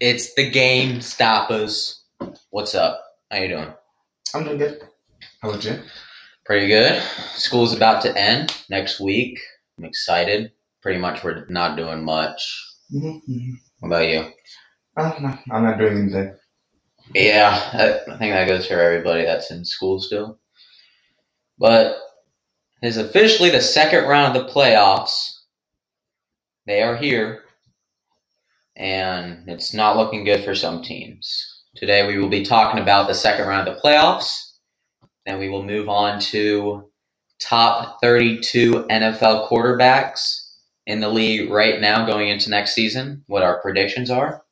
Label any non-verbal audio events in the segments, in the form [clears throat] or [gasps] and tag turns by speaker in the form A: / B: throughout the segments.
A: It's the Game Stoppers. What's up? How you doing?
B: I'm doing good. How about you?
A: Pretty good. School's about to end next week. I'm excited. Pretty much, we're not doing much.
B: Mm-hmm.
A: What about you?
B: Oh, no, I'm not doing anything.
A: Yeah, I, I think that goes for everybody that's in school still. But it is officially the second round of the playoffs. They are here, and it's not looking good for some teams. Today we will be talking about the second round of the playoffs. Then we will move on to top 32 NFL quarterbacks in the league right now going into next season, what our predictions are.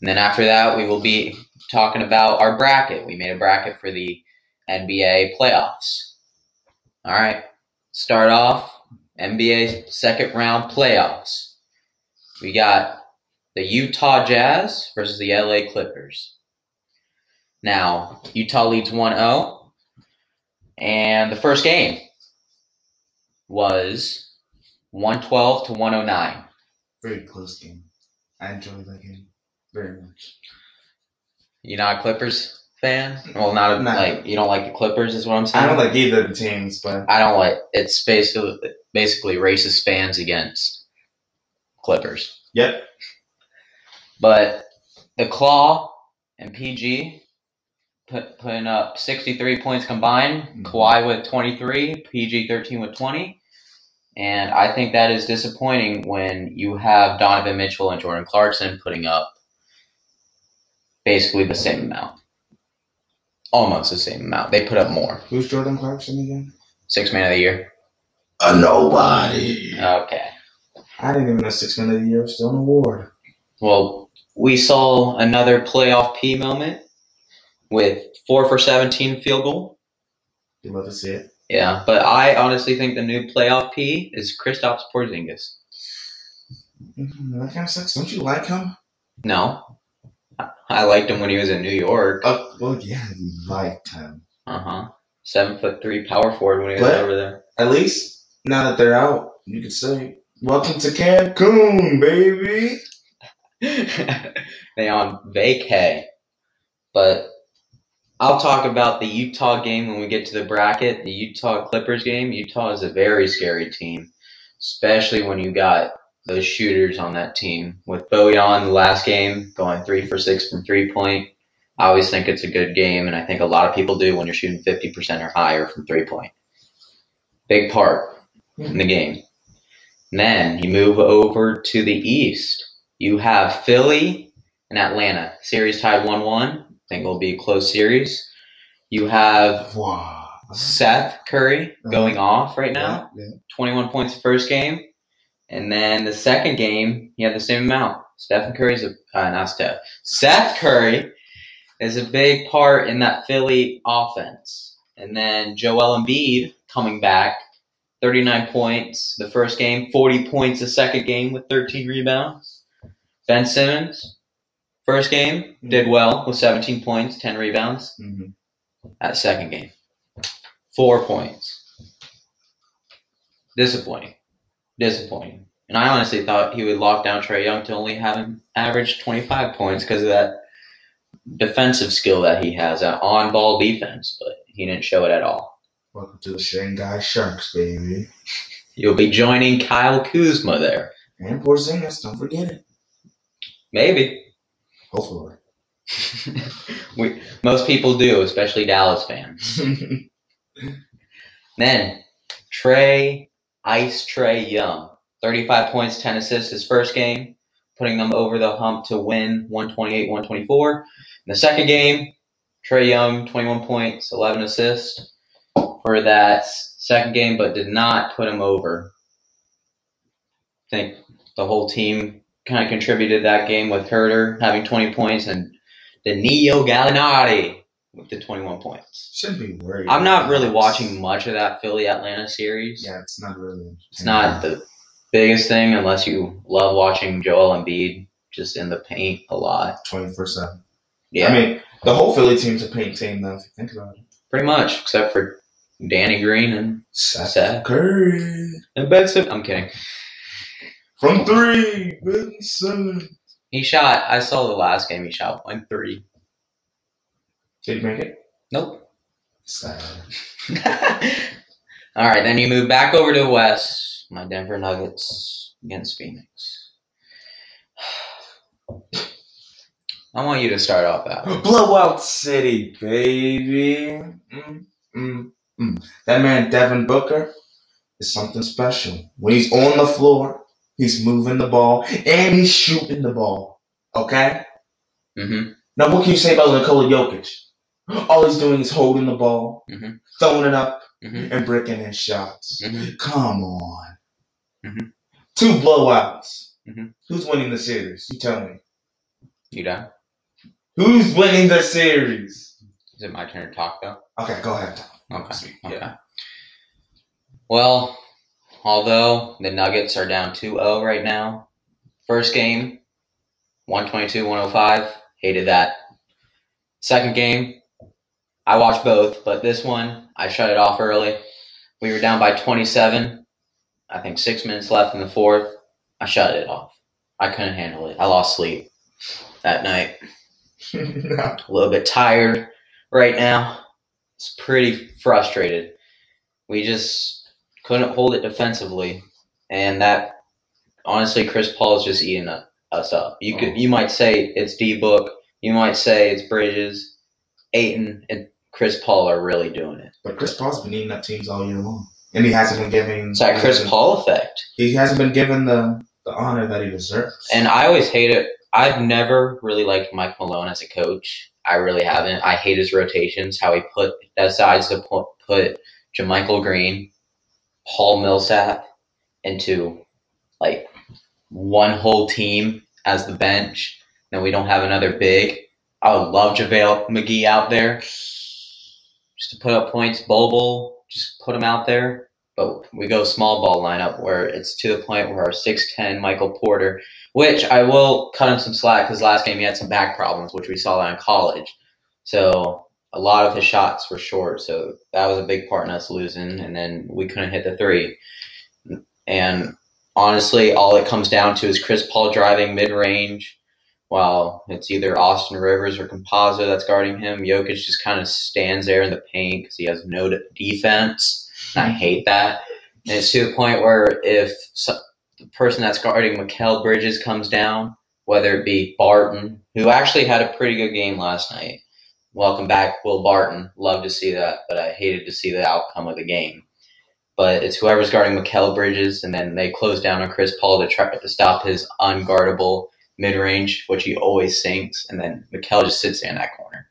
A: And then after that, we will be talking about our bracket. We made a bracket for the NBA playoffs. All right, start off NBA second round playoffs. We got the Utah Jazz versus the LA Clippers. Now, Utah leads 1 0. And the first game was 112 to 109.
B: Very close game. I enjoyed that game very much.
A: You're not a Clippers fan? Well, not a,
B: No.
A: like you don't like the Clippers, is what I'm saying.
B: I don't like either of the teams, but
A: I don't like. It's basically basically racist fans against Clippers.
B: yep.
A: But the Claw and PG put, putting up 63 points combined. Kawhi with 23, PG 13 with 20. And I think that is disappointing when you have Donovan Mitchell and Jordan Clarkson putting up basically the same amount. Almost the same amount. They put up more.
B: Who's Jordan Clarkson again?
A: Six man of the year.
B: A nobody.
A: Okay.
B: I didn't even know Six Men of the Year was still an award.
A: Well, we saw another playoff P moment with four for 17 field goal.
B: You love to see it.
A: Yeah, but I honestly think the new playoff P is Kristaps Porzingis.
B: Mm, that kind of sucks. Don't you like him?
A: No, I- I liked him when he was in New York.
B: Oh, well, yeah, you liked him.
A: Uh huh. Seven foot three power forward when he was
B: What?
A: over there.
B: At least now that they're out, you could say, "Welcome to Cancun, baby."
A: [laughs] they on vacay. But I'll talk about the Utah game when we get to the bracket. The Utah Clippers game. Utah is a very scary team, especially when you got those shooters on that team. With Bojan the last game going three for six from three point. I always think it's a good game, and I think a lot of people do when you're shooting 50% or higher from three point. Big part in the game. And then you move over to the East. You have Philly and Atlanta. Series tied 1 1. I think it'll be a close series. You have
B: Wow.
A: Seth Curry going off right now,
B: Yeah, yeah.
A: 21 points the first game. And then the second game, he had the same amount. Stephen Curry's a, uh, not Steph. Seth Curry is a big part in that Philly offense. And then Joel Embiid coming back, 39 points the first game, 40 points the second game with 13 rebounds. Ben Simmons, first game, did well with 17 points, 10 rebounds.
B: Mhm.
A: That second game, four points. Disappointing. Disappointing. And I honestly thought he would lock down Trey Young to only have him average 25 points because of that defensive skill that he has, that on ball defense, but he didn't show it at all.
B: Welcome to the Shanghai Sharks, baby.
A: You'll be joining Kyle Kuzma there.
B: And Porzingis, don't forget it.
A: Maybe. [laughs]
B: Hopefully. [laughs]
A: we, most people do, especially Dallas fans. Then Trey Ice Trey Young, 35 points, 10 assists his first game, putting them over the hump to win 128 124. In the second game, Trey Young, 21 points, 11 assists for that s- second game, but did not put him over. I think the whole team kind of contributed that game with Herder having 20 points and Danilo Gallinari with the 21 points.
B: Shouldn't be worried.
A: I'm not really watching much of that Philly Atlanta series.
B: Yeah, it's not really.
A: It's not the biggest thing unless you love watching Joel Embiid just in the paint a lot.
B: 24 7.
A: Yeah,
B: I mean, the whole Philly team's a paint team, though, if you think about it.
A: pretty much, except for Danny Green and,
B: Seth
A: Seth.
B: Curry.
A: and Benson. I'm kidding.
B: From three. Ben Simmons.
A: He shot. I saw the last game. He shot one three.
B: Did you make it?
A: Nope. [laughs]
B: Sad.
A: All right, then you move back over to the West. My Denver Nuggets against Phoenix. [sighs] I want you to start off that.
B: [gasps]
A: one.
B: Blowout City, baby. Mm, mm, mm. That man, Devin Booker, is something special. When he's on the floor, he's moving the ball and he's shooting the ball. Okay?
A: Mhm.
B: Now, what can you say about Nikola Jokic? All he's doing is holding the ball,
A: Mhm.
B: throwing it up,
A: Mhm.
B: and breaking in shots.
A: Mhm.
B: Come on. Mm-hmm.
A: Mhm.
B: Two blowouts.
A: Mhm.
B: Who's winning the series? You tell me.
A: You done?
B: Who's winning the series?
A: Is it my turn to talk though?
B: Okay, go ahead. Tom.
A: Okay.
B: Speak.
A: Okay. Well, although the Nuggets are down 2-0 right now, first game, 122-105, hated that. Second game, I watched both, but this one, I shut it off early. We were down by 27, I think six minutes left in the fourth. I shut it off. I couldn't handle it. I lost sleep that night.
B: [laughs] no.
A: a little bit tired right now. It's pretty frustrated. We just couldn't hold it defensively, and that honestly, Chris Paul's just eating u- us up. You could, you might say it's D Book, you might say it's Bridges, Aiton, and Chris Paul are really doing it.
B: But Chris Paul's been eating up teams all year long, and he hasn't been giving.
A: It's that
B: Mm-hmm.
A: Chris Paul effect,
B: He hasn't been given the the honor that he deserves.
A: and I always hate it. I've never really liked Mike Malone as a coach. I really haven't. I hate his rotations, how he put decides to put, put Jamichael Green Paul Millsap into like one whole team as the bench, and we don't have another big. I would love JaVale McGee out there just to put up points, bowl bowl, just put him out there. But we go small ball lineup where it's to the point where our 6'10 Michael Porter, which I will cut him some slack because last game he had some back problems, which we saw that in college. So a lot of his shots were short, so that was a big part in us losing. And then we couldn't hit the three. And honestly, all it comes down to is Chris Paul driving mid range, while it's either Austin Rivers or Composo that's guarding him. Jokic just kind of stands there in the paint because he has no de- defense. And I hate that. And it's to the point where if so- the person that's guarding Mikel Bridges comes down, whether it be Barton, who actually had a pretty good game last night. Welcome back, Will Barton. Love to see that, but I hated to see the outcome of the game. But it's whoever's guarding Mikel Bridges, and then they close down on Chris Paul to try to stop his unguardable mid range, which he always sinks, and then Mikel just sits there in that corner.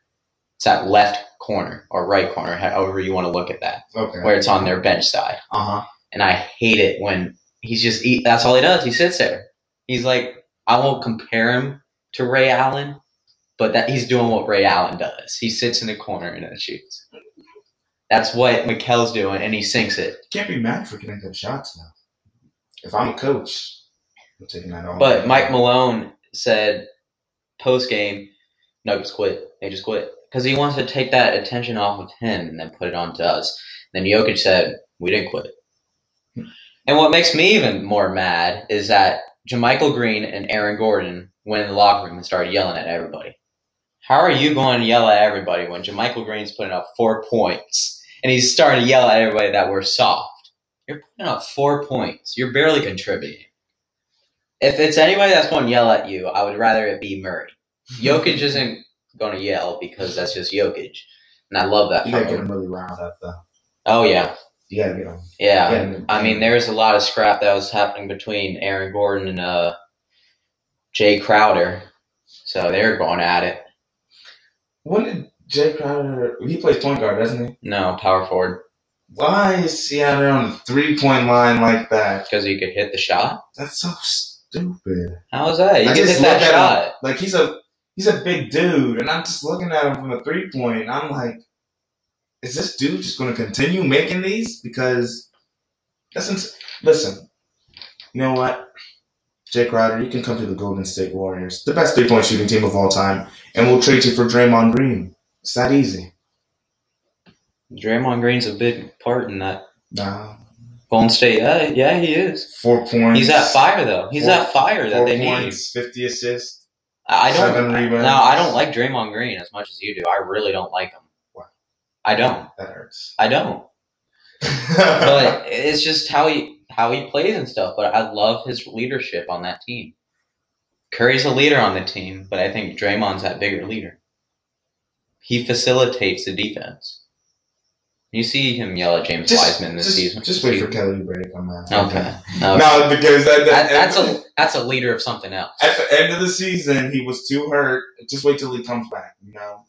A: It's that left corner or right corner, however you want to look at that,
B: Okay.
A: where it's on their bench side.
B: Uh huh.
A: And I hate it when he's just eat. That's all he does. He sits there. He's like, I won't compare him to Ray Allen, but that he's doing what Ray Allen does. He sits in the corner and then shoots. That's what Mikel's doing, and he sinks it.
B: Can't be mad for getting good shots now. If I'm a coach, I'm taking that all.
A: But Mike Malone said post game, Nuggets quit. They just quit because he wants to take that attention off of him and then put it onto us. Then Jokic said, "We didn't quit." And what makes me even more mad is that Jamichael Green and Aaron Gordon went in the locker room and started yelling at everybody. How are you going to yell at everybody when Jamichael Green's putting up four points and he's starting to yell at everybody that we're soft? You're putting up four points. You're barely contributing. If it's anybody that's going to yell at you, I would rather it be
B: [laughs]
A: Murray. Jokic isn't going to yell because that's just Jokic, and I love that.
B: You
A: from
B: gotta get
A: him.
B: him really riled up though.
A: Oh yeah,
B: You gotta get him.
A: yeah.
B: get him-
A: I mean, there was a lot of scrap that was happening between Aaron Gordon and uh, Jay Crowder, so they were going at it.
B: When did Jay Crowder? He plays point guard, doesn't he?
A: No power forward
B: Why is Seattle on the three point line like that?
A: because he could hit the shot.
B: That's so stupid.
A: How is that? You
B: I
A: can
B: just
A: hit that
B: look at
A: shot.
B: Like he's a he's a big dude, and I'm just looking at him from a three point, and I'm like, is this dude just going to continue making these? Because that's ins- listen, you know what, Jake Crowder, you can come to the Golden State Warriors, the best three point shooting team of all time, and we'll trade you for Draymond Green. It's that easy.
A: Draymond Green's a big part in that.
B: Nah,
A: Golden State, yeah, yeah, he is.
B: four points.
A: He's that fire though. He's
B: Four-
A: that fire that
B: Four
A: they need.
B: points, fifty assists.
A: I I
B: Seven
A: don't.
B: rebounds.
A: No, I don't like Draymond Green as much as you do. I really don't like him.
B: Why?
A: I don't.
B: That hurts.
A: I don't.
B: [laughs]
A: but it's just how he how he plays and stuff. But I love his leadership on that team. Curry's a leader on the team, but I think Draymond's that bigger leader. He facilitates the defense. You see him yell at James
B: just,
A: Wiseman this
B: just,
A: season.
B: just wait for Kelly to break on that.
A: okay. No,
B: No, because at the,
A: that,
B: at,
A: that's a that's a leader of something else.
B: at the end of the season, he was too hurt. Just wait till he comes back, you know?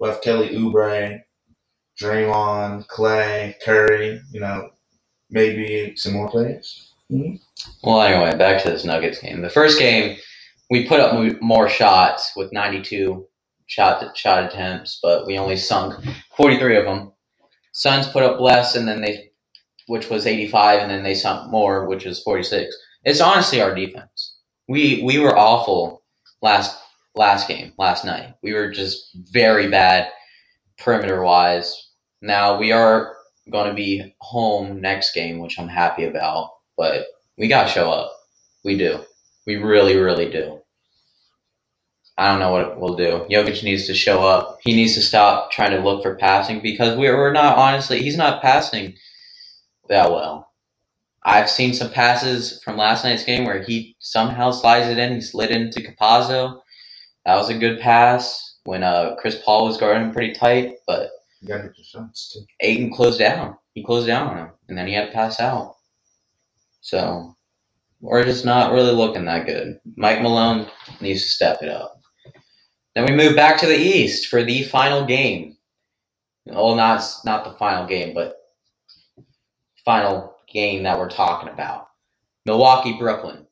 B: Left Kelly Oubre, Draymond, Clay, Curry, you know, maybe some more players.
A: Well, anyway, back to this Nuggets game. The first game, we put up mo- more shots with 92 shot shot attempts, but we only sunk 43 of them. Suns put up less, and then they, which was 85, and then they sunk more, which was 46. It's honestly our defense. We we were awful last last game last night. We were just very bad perimeter wise. Now we are going to be home next game, which I'm happy about, but we gotta show up. We do. We really, really do. I don't know what we'll do. Jokic needs to show up. He needs to stop trying to look for passing because we're, we're not honestly. He's not passing that well. I've seen some passes from last night's game where he somehow slides it in. He slid into Capazzo. That was a good pass when uh, Chris Paul was guarding him pretty tight, but
B: You gotta get your shots, too.
A: Aiden closed down. He closed down on him, and then he had to pass out. So we're just not really looking that good. Mike Malone needs to step it up. Then we move back to the East for the final game. Well, not not the final game, but final game that we're talking about. Milwaukee Brooklyn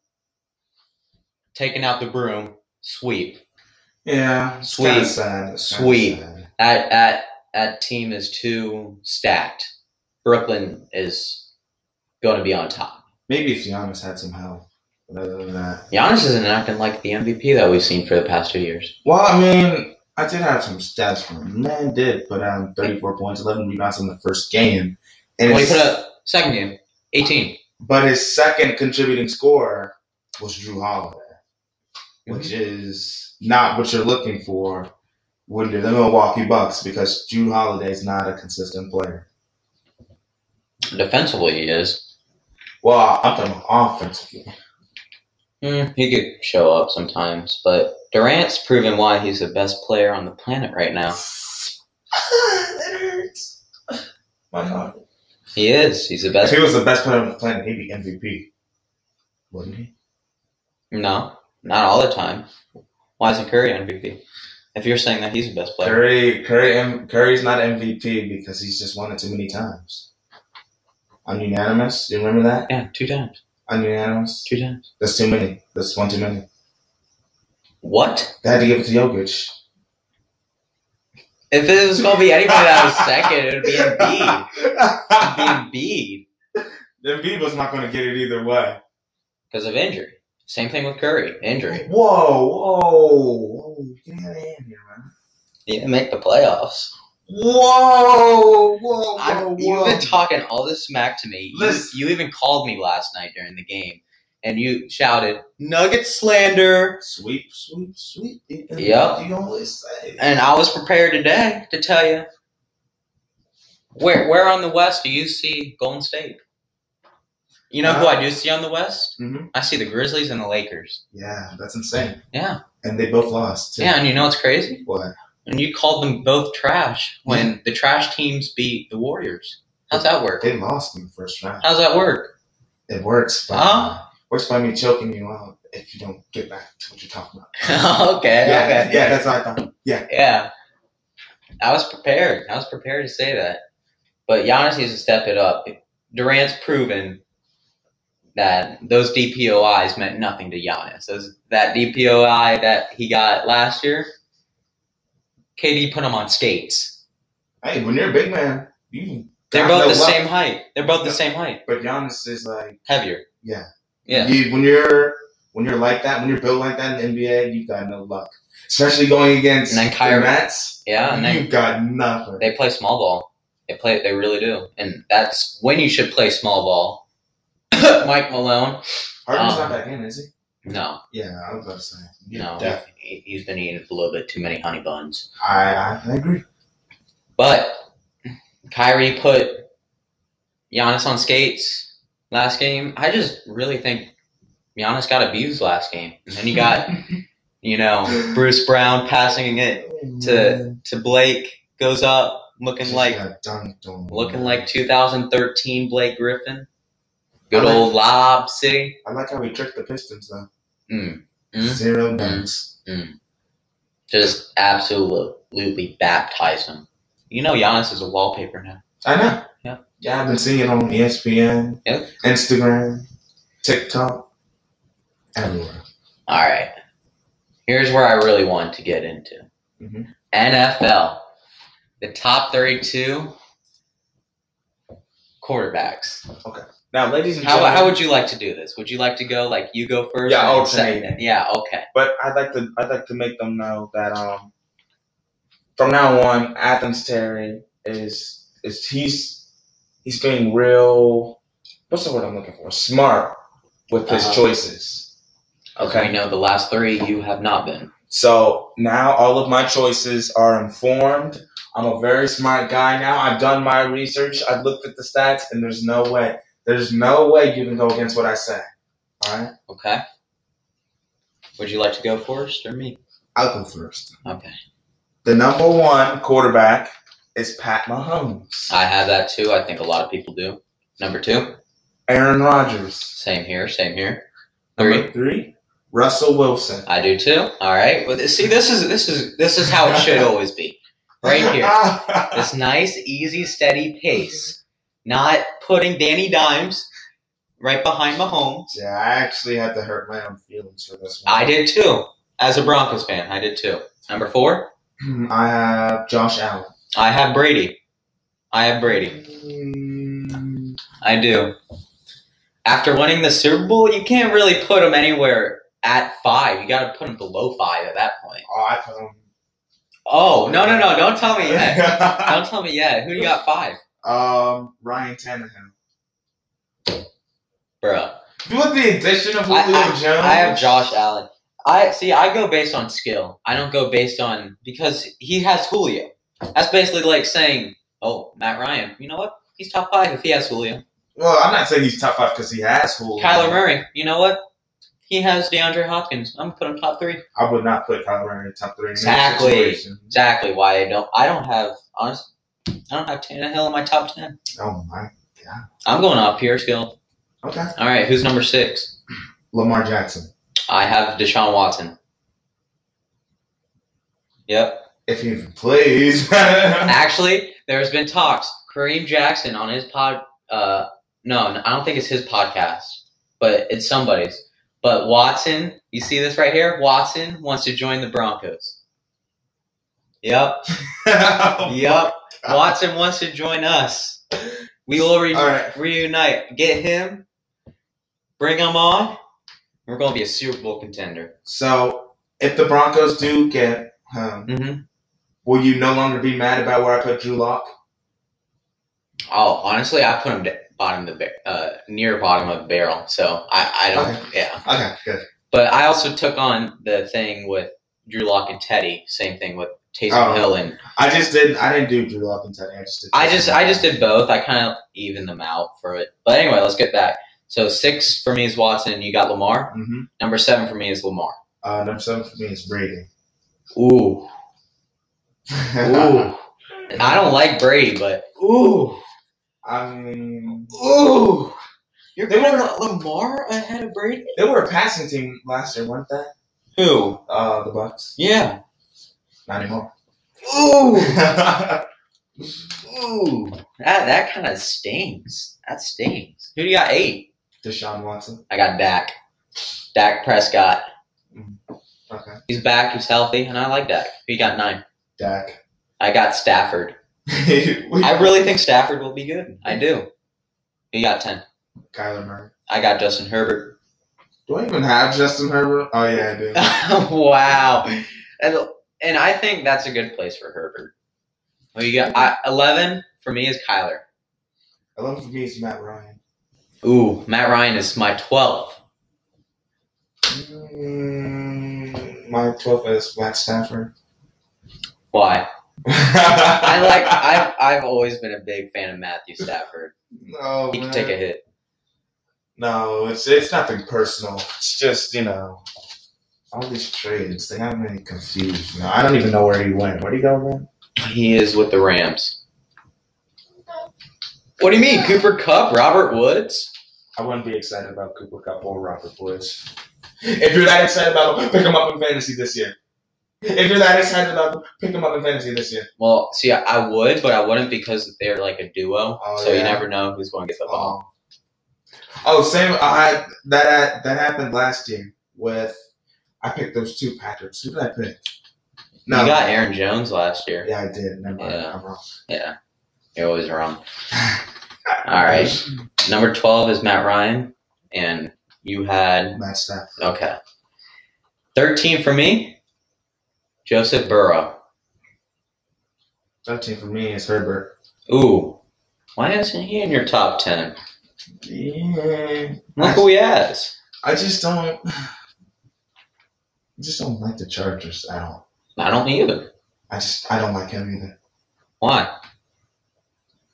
A: taking out the broom sweep.
B: Yeah, it's kinda
A: Sweet.
B: sad. It's kinda
A: Sweet.
B: sad.
A: That that that team is too stacked. Brooklyn is going to be on top.
B: Maybe if Giannis had some help. But other than that,
A: Giannis isn't acting like the MVP that we've seen for the past two years.
B: Well, I mean, I did have some stats for him. Man did put down 34 points, 11 rebounds in the first game. And
A: Well, he
B: his-
A: put up second game, eighteen.
B: but his second contributing scorer was Drew Holiday, which is not what you're looking for when you're the Milwaukee Bucks because Drew Holiday is not a consistent player.
A: Defensively, he is.
B: Well, I'm talking about offensively.
A: Mm, he could show up sometimes, but Durant's proven why he's the best player on the planet right now.
B: it hurts. My heart.
A: He is. He's the
B: If
A: best.
B: he was the best player on the planet, he'd be MVP. Wouldn't he?
A: No, not all the time. Why isn't Curry MVP? If you're saying that he's the best player,
B: Curry, Curry, M- Curry's not MVP because he's just won it too many times. I'm unanimous. You remember that?
A: yeah, two times,
B: I'm unanimous.
A: two times.
B: That's too many. That's one too many.
A: What?
B: They had to give it to [laughs] Jokic.
A: If it was gonna
B: [laughs]
A: be anybody that was second, it would be Embiid.
B: Embiid.
A: It'd be Embiid
B: Embiid was not going to get it either way.
A: because of injury. Same thing with Curry, injury.
B: Whoa, whoa, whoa! Get out of here, man.
A: He didn't make the playoffs.
B: Whoa, whoa, whoa,
A: I'm,
B: Oh, whoa!
A: you've been talking all this smack to me. You,
B: Listen.
A: you even called me last night during the game, and you shouted "Nugget slander,"
B: sweep, sweep, sweep.
A: Yep.
B: You always say.
A: and I was prepared today to tell you. Where, where on the West do you see Golden State? You know who
B: Uh,
A: I do see on the West?
B: hmm
A: I see the Grizzlies and the Lakers.
B: Yeah, that's insane.
A: Yeah,
B: And they both lost. Too.
A: yeah, and you know what's crazy?
B: What?
A: And you called them both trash when the trash teams beat the Warriors. How's that work?
B: They lost in the first round.
A: How's that work? [laughs]
B: It works, but uh,
A: Huh?
B: works by me choking you out if you don't get back to what you're talking about.
A: okay,
B: Yeah,
A: okay.
B: yeah, that's what I thought.
A: Yeah. I was prepared. I was prepared to say that. But Giannis needs to step it up. Durant's proven that those DPOIs meant nothing to Giannis. Those, that DPOI that he got last year, KD put him on skates.
B: Hey, when you're a big man, you
A: They're
B: got
A: both
B: no
A: the
B: luck.
A: same height. They're both the same height.
B: But Giannis is like,
A: Heavier.
B: yeah,
A: Yeah.
B: You, when you're when you're like that, when you're built like that in the NBA, you've got no luck. Especially going against
A: And then Kyrie.
B: the Nets,
A: Yeah, Oh, and then
B: you've got nothing.
A: They play small ball. They play. They really do, and that's when you should play small ball. [coughs] Mike Malone.
B: Harden's
A: um,
B: not back in, is
A: No,
B: Yeah, I was about to say.
A: no.
B: Def-
A: He- He's been eating a little bit too many honey buns.
B: I, I agree.
A: But Kyrie put Giannis on skates last game. I just really think Giannis got abused last game. And then he
B: [laughs]
A: got, you know, Bruce Brown passing it to to Blake, goes up looking
B: Just
A: like
B: got dunked on.
A: looking like 2013 Blake Griffin. Good
B: I like-
A: old Lob City.
B: I like how he tricked the Pistons though.
A: Mm. Hmm?
B: Zero dunks.
A: Just absolutely baptized him. You know Giannis is a wallpaper now.
B: I know.
A: Yeah.
B: Yeah, I've been seeing it on E ESPN,
A: Yeah.
B: Instagram, TikTok, everywhere.
A: All right. Here's where I really want to get into Mm-hmm.
B: Mhm.
A: NFL, the top 32 quarterbacks.
B: Now, ladies and
A: How,
B: gentlemen,
A: how would you like to do this? Would you like to go like you go first?
B: Yeah,
A: and then
B: alternate.
A: second? Yeah, okay.
B: but I'd like to I'd like to make them know that um from now on Athens Terry is is he's he's being real what's the word I'm looking for smart with his
A: Uh-huh.
B: choices.
A: Okay. We know the last three you have not been.
B: So now all of my choices are informed. I'm a very smart guy now. I've done my research. I've looked at the stats, and there's no way. There's no way you can go against what I say. All right,
A: Okay. Would you like to go first or me?
B: I'll go first.
A: Okay.
B: The number one quarterback is Pat Mahomes.
A: I have that too. I think a lot of people do. Number two.
B: Aaron Rodgers.
A: Same here. Same here. Three.
B: Number three, Russell Wilson.
A: I do too. All right. Well, this- see, this is this is this is how it should always be. Right here. This nice, easy, steady pace. Not putting Danny Dimes right behind Mahomes.
B: [laughs] yeah, I actually had to hurt my own feelings for this one.
A: I did too. As a Broncos fan, I did too. Number four,
B: [clears throat] I have Josh Allen.
A: I have Brady. I have Brady.
B: Mm,
A: I do. After winning the Super Bowl, you can't really put him anywhere at five. You got to put him below five at that point.
B: Oh, I put him.
A: Oh no no no! Don't tell me yet. Don't tell me yet. Who do you got five,
B: [laughs] Um, Ryan Tannehill.
A: bro?
B: With the addition of Julio
A: I-
B: Jones,
A: I have Josh Allen. I see. I go based on skill. I don't go based on because he has Julio. That's basically like saying, "Oh, Matt Ryan. You know what? He's top five if he has Julio."
B: Well, I'm not saying he's top five because he has Julio.
A: Kyler Murray. You know what? He has DeAndre Hopkins. I'm gonna put him top three.
B: I would not put Kyler Murray in top three. In this
A: Exactly.
B: situation.
A: Exactly why I don't. I don't have honest. I don't have Tannehill in my top ten.
B: Oh my.
A: I'm going off pure skill.
B: Okay.
A: All right, who's number six?
B: Lamar Jackson.
A: I have Deshaun Watson. Yep.
B: If he even plays.
A: Actually, there's been talks. Kareem Jackson on his pod. Uh, no, I don't think it's his podcast, but it's somebody's. But Watson, you see this right here? Watson wants to join the Broncos. Yep. Yup.
B: God.
A: Watson wants to join us. We will re-
B: All right.
A: reunite. Get him. Bring him on. We're going to be a Super Bowl contender.
B: [laughs] So, if the Broncos do get him,
A: Mm-hmm.
B: will you no longer be mad about where I put Drew Lock?
A: Oh, honestly, I put him da- bottom of the ba- uh, near bottom of the barrel. So I, I don't. Yeah.
B: Okay, good.
A: But I also took on the thing with Drew Lock and Teddy. Same thing with Taysom
B: Oh.
A: Hill and
B: I just didn't. I didn't do Drew Lock and Teddy. I just did.
A: I just I just did both. I kind of evened them out for it. But anyway, let's get back. So six for me is Watson. You got Lamar.
B: hmm
A: Number seven for me is Lamar.
B: Uh, number seven for me is Brady.
A: Ooh. Ooh. I don't like Brady, but ooh,
B: [laughs] I mean,
A: ooh. You're
B: They
A: going Lamar ahead of Brady?
B: they were a passing team last year, weren't they?
A: Who?
B: Uh, the Bucks.
A: Yeah.
B: Not anymore. [laughs]
A: Ooh.
B: I
A: ooh. That that kind of stings. That stings. Who do you got eight?
B: Deshaun Watson.
A: I got Dak. Dak Prescott.
B: Okay.
A: He's back. He's healthy, and I like Dak. Who you got nine?
B: Dak. [laughs]
A: I got Stafford. I really think Stafford will be good. I do. Who You got ten.
B: Kyler Murray.
A: I got Justin Herbert. [laughs]
B: Do I even have Justin Herbert? Oh yeah, I do.
A: wow. And, and I think that's a good place for Herbert. Well, you got I, 11 for me is Kyler.
B: Eleven for me is Matt Ryan.
A: Ooh, Matt Ryan is my 12th.
B: Mm, my 12th is Matt Stafford.
A: Why? I
B: I
A: like. I've
B: [laughs]
A: I've always been a big fan of Matthew Stafford.
B: No,
A: He can
B: Oh, man.
A: take a hit.
B: No, it's it's nothing personal. It's just you know, all these trades they have me confused. Now I don't even know where he went. Where would he go, man?
A: He is with the Rams. What do you mean, Cooper Cup, Robert Woods?
B: I wouldn't be excited about Cooper Cup or Robert Woods. If you're that excited about them, pick him up in fantasy this year. If you're that excited about them, pick him up in fantasy this year.
A: Well, see, I, I would, but I wouldn't because they're like a duo.
B: Oh,
A: so you
B: yeah.
A: never know who's going to get the ball.
B: Oh, oh same. I that that happened last year with I picked those two Packers. Who did I pick?
A: You got Aaron Jones last year.
B: Yeah, I did. Never mind.
A: Yeah.
B: I'm wrong.
A: Yeah, you're always wrong. All right, number twelve is Matt Ryan, and you had
B: Matt Stafford.
A: okay. Thirteen for me, Joseph Burrow.
B: Thirteen for me is Herbert.
A: Ooh, why isn't he in your top ten?
B: Yeah.
A: Look who he has.
B: I just don't. I just don't like the Chargers at all.
A: I don't either.
B: I just I don't like him either.
A: Why?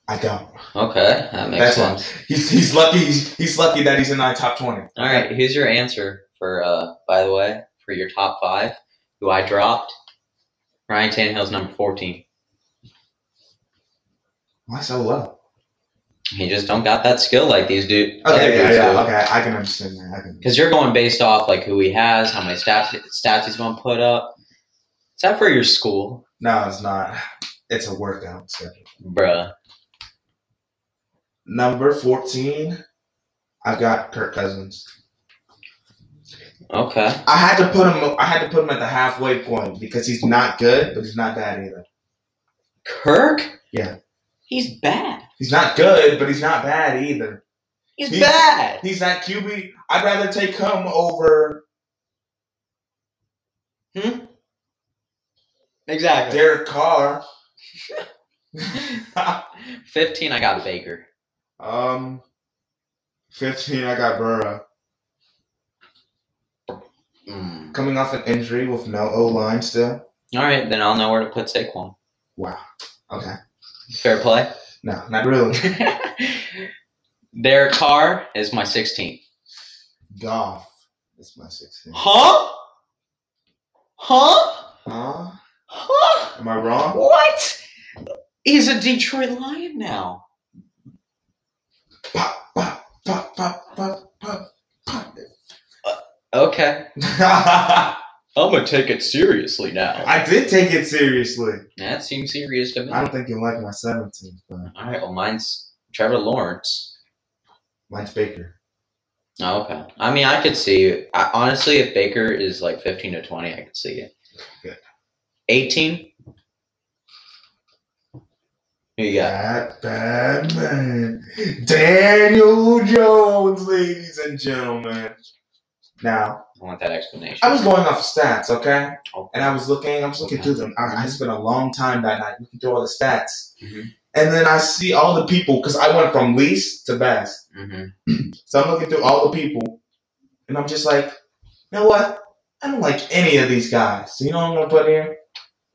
B: I don't.
A: Okay, that makes
B: That's
A: sense.
B: He's he's lucky. He's, he's lucky that he's in my top twenty.
A: All right, here's your answer for, uh, by the way, for your top five, who I dropped. Ryan Tannehill's number 14.
B: Why so low?
A: He just don't got that skill like these dude.
B: Okay, Oh, yeah, yeah, okay. I can understand that. I can.
A: Because you're going based off like who he has, how many stats stats he's going to put up. Is that for your school,
B: No, it's not. It's a workout schedule.
A: bruh?
B: Number fourteen. I've got Kirk Cousins.
A: Okay.
B: I had to put him. I had to put him at the halfway point because he's not good, but he's not bad either.
A: Kirk?
B: Yeah.
A: He's bad.
B: He's not good, but he's not bad either.
A: He's
B: He-
A: bad.
B: He's not QB. I'd rather take him over
A: Exactly.
B: Derek Carr. [laughs]
A: Fifteen. I got Baker.
B: um, fifteen. I got Burrow
A: Mm.
B: coming off an injury with no O line still.
A: All right, then I'll know where to put Saquon.
B: Wow. Okay.
A: Fair play.
B: No, not really.
A: [laughs] Derek Carr is my 16th.
B: Goff. That's my sixteen.
A: Huh? Huh?
B: Huh?
A: Huh?
B: Am I wrong?
A: What? He's a Detroit Lion now.
B: Pop, pop, pop, pop, pop, pop, pop.
A: Okay.
B: [laughs] I
A: I'm gonna take it seriously now.
B: did take it seriously.
A: That seems serious to me.
B: I
A: All
B: don't think you like my seventeen, but
A: right. Well, mine's Trevor Lawrence.
B: mine's Baker.
A: Oh, okay. I mean, I could see. I, honestly, if Baker is like 15 to 20, I could see it.
B: Yeah.
A: 18? Who you got?
B: That bad man. Daniel Jones, ladies and gentlemen. Now,
A: I want that explanation.
B: I was going off stats, okay?
A: Okay.
B: And I was looking, I was looking through them. I, I spent a long time that night looking through all the stats.
A: Mhm.
B: And then I see all the people, because I went from least to best.
A: Mhm.
B: So I'm looking through all the people, and I'm just like, you know what? I don't like any of these guys. So you know what I'm going to put here?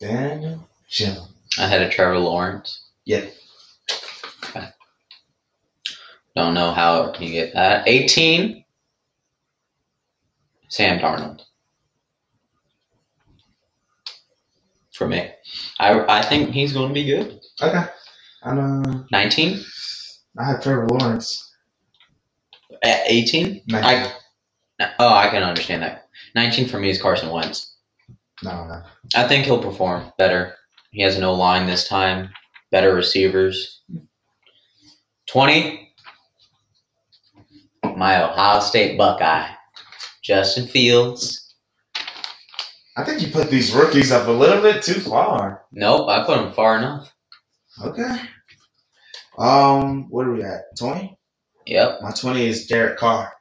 B: Daniel Jones.
A: I had a Trevor Lawrence.
B: Yeah.
A: Okay. Don't know how you get uh, that. 18? Sam Darnold. For me. I, I think he's going to be good.
B: Okay. I know.
A: 19?
B: I have Trevor Lawrence.
A: Eh, 18? I- Oh, I can understand that. 19 for me is Carson Wentz.
B: No, no.
A: I think he'll perform better. He has an O line this time, better receivers. 20, my Ohio State Buckeye, Justin Fields.
B: I think you put these rookies up a little bit too far.
A: Nope, I put him far enough.
B: Okay. Um, what are we at? Twenty?
A: Yep,
B: My twenty is Derek Carr.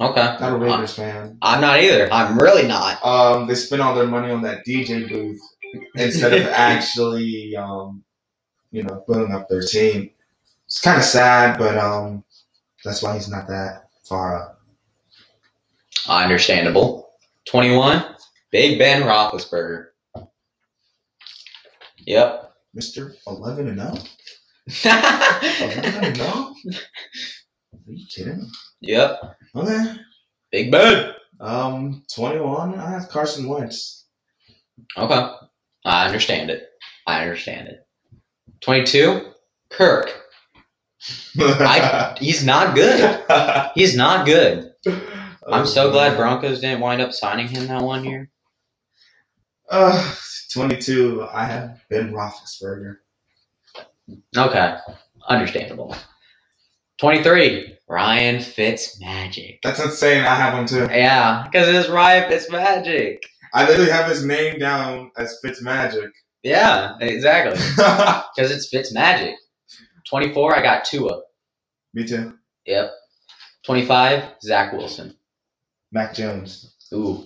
A: okay.
B: Not a Raiders fan.
A: I'm not either. I'm really not.
B: Um, they spent all their money on that DJ booth
A: [laughs]
B: instead of actually, um, you know, building up their team. It's kind of sad, but um, that's why he's not that far up.
A: Understandable. 21, Big Ben Roethlisberger. Yep. [laughs]
B: Mister Eleven and Up. Eleven
A: yep. [laughs]
B: and Up. Are you kidding? me? Okay.
A: Big Ben.
B: Um, twenty-one. I have Carson Wentz.
A: Okay. I understand it. I understand it. 22, Kirk.
B: [laughs]
A: I, he's not good. He's not good. I'm so glad Broncos didn't wind up signing him that one year.
B: Uh, twenty-two. I have Ben Roethlisberger.
A: Okay. Understandable. 23, Ryan Fitzmagic.
B: That's insane. I have him too.
A: Yeah, because it's Ryan Fitzmagic.
B: I literally have his name down as [laughs] Fitzmagic.
A: Yeah, exactly. Because it's Fitzmagic. 24, I got Tua.
B: Me too.
A: Yep. 25, Zach Wilson.
B: Mac Jones.
A: Ooh.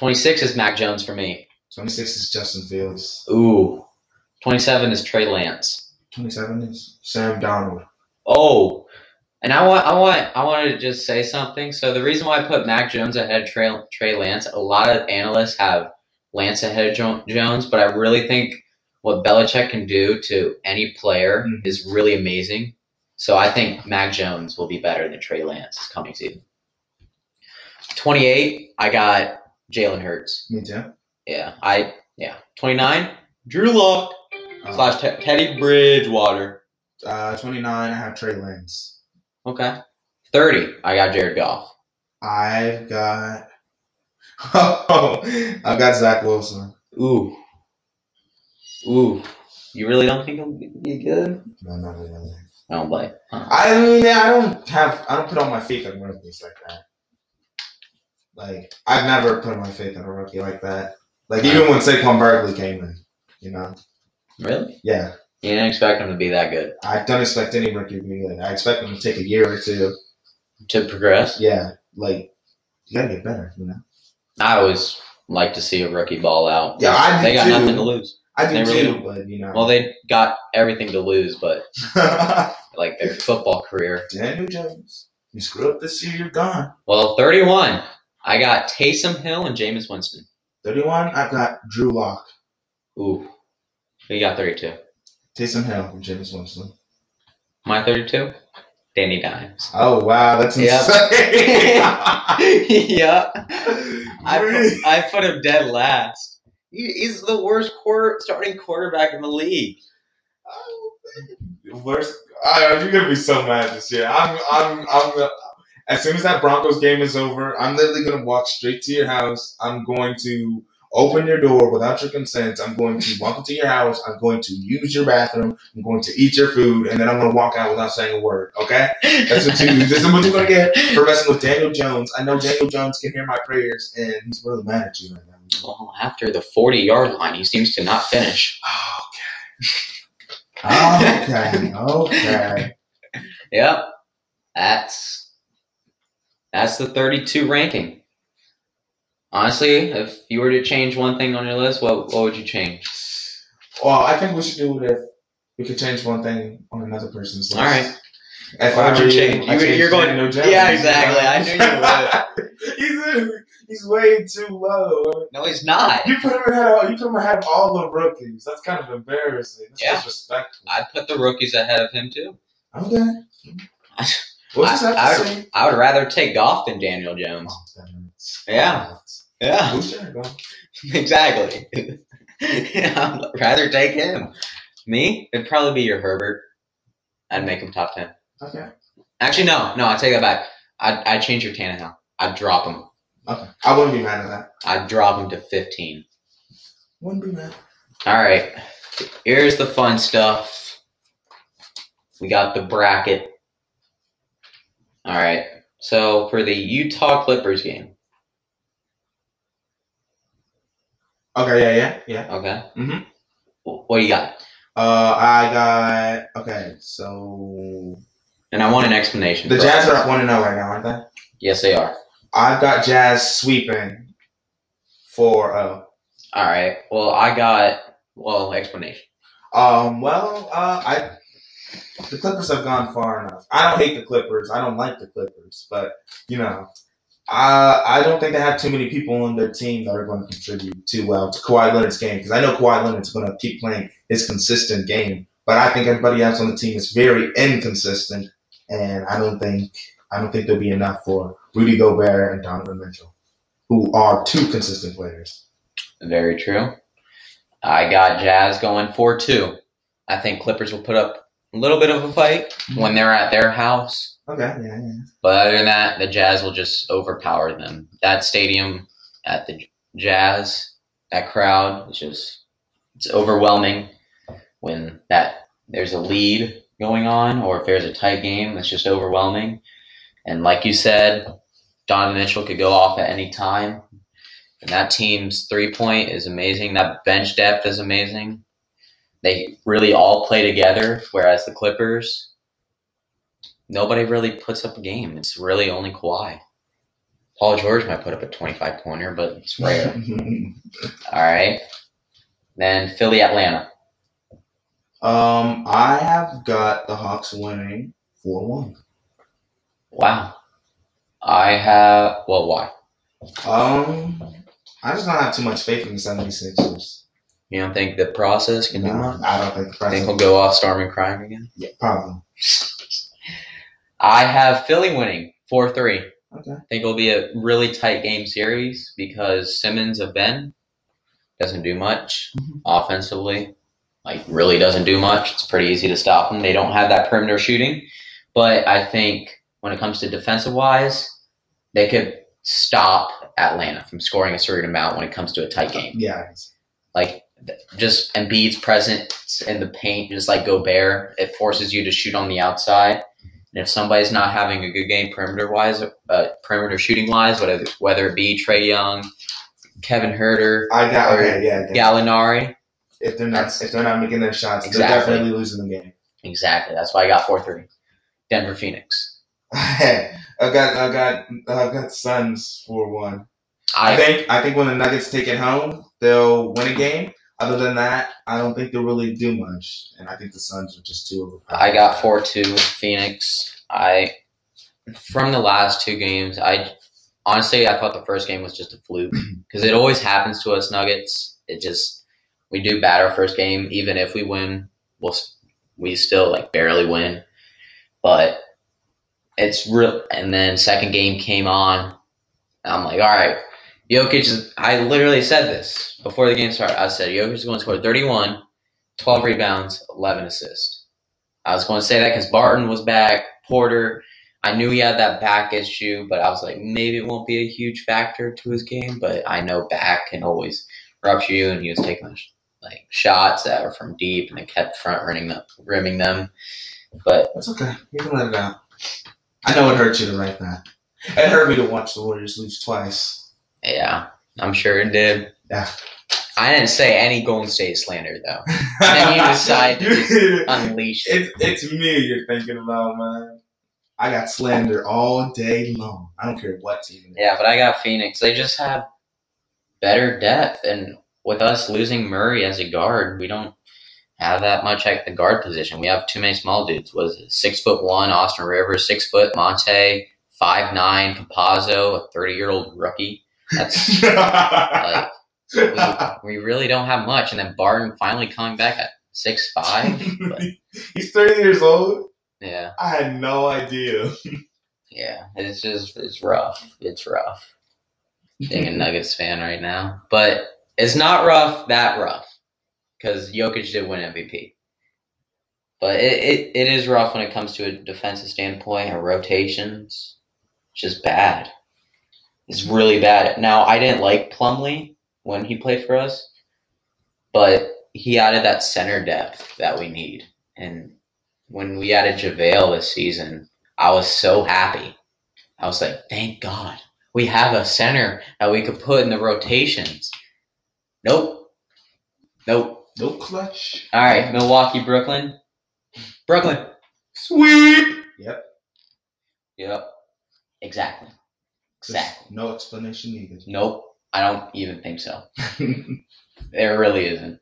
A: 26 is Mac Jones for me.
B: Twenty-six is Justin Fields.
A: Ooh. 27 is Trey Lance.
B: Twenty-seven is Sam Donald.
A: Oh. And I want, I want, I wanted to just say something. So the reason why I put Mac Jones ahead of Trey, Trey Lance, a lot of analysts have Lance ahead of Jo- Jones, but I really think what Belichick can do to any player
B: Mhm.
A: is really amazing. So I think Mac Jones will be better than Trey Lance this coming season. 28, I got Jalen Hurts.
B: Me too.
A: Yeah, I yeah. 29, Drew Lock.
B: Uh,
A: slash Te- Teddy Bridgewater.
B: Uh, 29, I have Trey Lance.
A: Okay. 30, I got Jared Goff.
B: I've got. [laughs] I've got Zach Wilson.
A: Ooh. Ooh. You really don't think he'll be- be good?
B: No, not really.
A: I don't play. Huh.
B: I mean, I don't have. I don't put on my faith on rookies like that. Like, I've never put my faith on a rookie like that. Like, even when Saquon Barkley came in, you know?
A: Really?
B: Yeah.
A: You didn't expect him to be that good.
B: I don't expect any rookie to be good. I expect him to take a year or two.
A: To progress,
B: Yeah. Like, you gotta get better, you know?
A: I always like to see a rookie ball out.
B: Yeah, I do
A: They got
B: too.
A: nothing to lose.
B: I do
A: They really
B: too,
A: don't.
B: but, you know.
A: Well, they got everything to lose, but
B: Well,
A: like their football career.
B: [laughs] Daniel Jones, you screw up this year, you're gone.
A: Well, 31, I got Taysom Hill and Jameis Winston.
B: 31, I've got Drew Lock,
A: Ooh. We got 32.
B: Taysom Hill, and James Winston.
A: My 32? Danny Dimes.
B: Oh, wow, that's
A: Yep.
B: insane. [laughs]
A: yeah, [laughs] I put, I put him dead last. He, he's the worst quarter, starting quarterback in the league.
B: Worst. I, you're going to be so mad this year. I'm, I'm, I'm the, as soon as that Broncos game is over, I'm literally going to walk straight to your house. I'm going to open your door without your consent. I'm going to walk into your house. I'm going to use your bathroom. I'm going to eat your food. And then I'm going to walk out without saying a word, okay?
A: [laughs]
B: That's what you. This is what you're gonna get for messing with Daniel Jones. I know Daniel Jones can hear my prayers, and he's really mad at you right now.
A: Well, after the forty-yard line, he seems to not finish.
B: Okay. [laughs] Okay. Okay.
A: Yep, that's that's the thirty-two ranking. Honestly, if you were to change one thing on your list, what what would you change?
B: Well, I think we should do it if we could change one thing on another person's list.
A: All right.
B: If
A: What
B: I
A: would you
B: were
A: change?
B: I
A: You-
B: changed
A: you're going-
B: Daniel Jones.
A: yeah, exactly. I [laughs] knew
B: [laughs] he's he's way too low.
A: No, he's not.
B: You put him ahead. Of, you put him ahead of all the rookies. That's kind of embarrassing. That's
A: Yeah.
B: disrespectful.
A: I put the rookies ahead of him too.
B: Okay.
A: I-
B: What does that
A: I-
B: say?
A: I would rather take golf than Daniel Jones. Yeah. Yeah. [laughs] Exactly. [laughs] I'd rather take him. Me? It'd probably be your Herbert. I'd make him top ten.
B: Okay.
A: Actually, no, no, I take that back. I'd, I'd change your Tannehill. I'd drop him.
B: Okay. I wouldn't be mad at that.
A: I'd drop him to fifteen.
B: Wouldn't be mad.
A: All right. Here's the fun stuff. We got the bracket. All right. So for the Utah Clippers game,
B: Okay. Yeah. Yeah. Yeah.
A: okay.
B: Mhm.
A: Wh- What do you got?
B: Uh, I got okay. So
A: And I want an explanation.
B: the
A: for
B: Jazz
A: it.
B: are up one and zero right now, aren't they?
A: Yes, they are.
B: I've got Jazz sweeping four oh. zero.
A: All right. Well, I got well explanation.
B: Um. Well. Uh. I. The Clippers have gone far enough. I don't hate the Clippers. I don't like the Clippers, but you know, I I don't think they have too many people on their team that are going to contribute too well to Kawhi Leonard's game because I know Kawhi Leonard's going to keep playing his consistent game, but I think everybody else on the team is very inconsistent, and I don't think I don't think there'll be enough for Rudy Gobert and Donovan Mitchell, who are two consistent players.
A: Very true. I got Jazz going 4 2. I think Clippers will put up a little bit of a fight when they're at their house.
B: Okay, yeah, yeah.
A: But other than that, the Jazz will just overpower them. That stadium at the Jazz, that crowd is just it's overwhelming when that there's a lead going on or if there's a tight game, it's just overwhelming. And like you said, Donovan Mitchell could go off at any time. And that team's three point is amazing. That bench depth is amazing. They really all play together, whereas the Clippers, nobody really puts up a game. It's really only Kawhi. Paul George might put up a 25 pointer, but it's rare.
B: [laughs]
A: all right. Then Philly, Atlanta.
B: um, I have got the Hawks winning four one.
A: Wow. I have, well, why?
B: Um, I just don't have too much faith in the 76ers.
A: You don't think the process can do
B: No,
A: much?
B: I don't think the
A: Think
B: President-
A: he'll go off storm and crime again?
B: Yeah, probably.
A: I have Philly winning 4 3.
B: Okay.
A: I think it'll be a really tight game series because Simmons of Ben doesn't do much offensively. Like really doesn't do much. It's pretty easy to stop them. They don't have that perimeter shooting, but I think when it comes to defensive wise, they could stop Atlanta from scoring a certain amount when it comes to a tight game.
B: Yeah.
A: Like th- just Embiid's presence in the paint, just like Gobert, it forces you to shoot on the outside. And if somebody's not having a good game perimeter wise, uh, perimeter shooting wise, whether whether it be Trey Young, Kevin Herter,
B: I got okay, yeah, yeah.
A: Gallinari,
B: If they're not if they're not making their shots,
A: Exactly.
B: they're definitely losing the game. [laughs]
A: exactly. That's why I got four three. Denver Phoenix.
B: I got I got I got Suns for one. I
A: I
B: think I think when the Nuggets take it home, they'll win a game. Other than that, I don't think they'll really do much. And I think the Suns are just too overpowered.
A: I got four two Phoenix. I from the last two games, I honestly I thought the first game was just a fluke because it always happens to us Nuggets. It just we do bad our first game, even if we win, we'll s- we still like barely win, but it's real. And then second game came on, and I'm like, all right, Jokic. Is, I literally said this before the game started. I said Jokic is going to score 31, 12 rebounds, 11 assists. I was going to say that because Barton was back, Porter. I knew he had that back issue, but I was like, maybe it won't be a huge factor to his game. But I know back can always rupture you, and he was taking like shots that were from deep, and they kept front running them, rimming them. But
B: That's okay. You can let it out. I know it hurt you to write that. It hurt me to watch the Warriors lose twice.
A: Yeah, I'm sure it did.
B: Yeah.
A: I didn't say any Golden State slander though. then you decide to
B: [laughs]
A: just Unleash it.
B: It's it's me you're thinking about, man. I got slander all day long. I don't care what team. it
A: Yeah, but I got Phoenix. They just have better depth, and with us losing Murray as a guard, we don't have that much at the guard position. We have too many small dudes. Was it six foot one Austin Rivers, six foot Monte, five nine Capazzo, a thirty year old rookie.
B: [laughs]
A: That's
B: is.
A: like we, we really don't have much. And then Barton finally coming back at six five. But
B: He's 30 years old.
A: yeah.
B: I had no idea.
A: Yeah, it's just it's rough. It's rough being a Nuggets fan right now, but it's not rough that rough because Jokic did win MVP. But it, it, it is rough when it comes to a defensive standpoint or rotations. It's just bad. It's really bad. Now I didn't like Plumlee when he played for us, but he added that center depth that we need. And when we added JaVale this season, I was so happy. I was like, thank God we have a center that we could put in the rotations. Nope. Nope.
B: No clutch.
A: All right, Milwaukee, Brooklyn. Brooklyn.
B: Sweep. Yep.
A: Yep. Exactly. Exactly.
B: No explanation needed.
A: Nope. I don't even think so. There really isn't.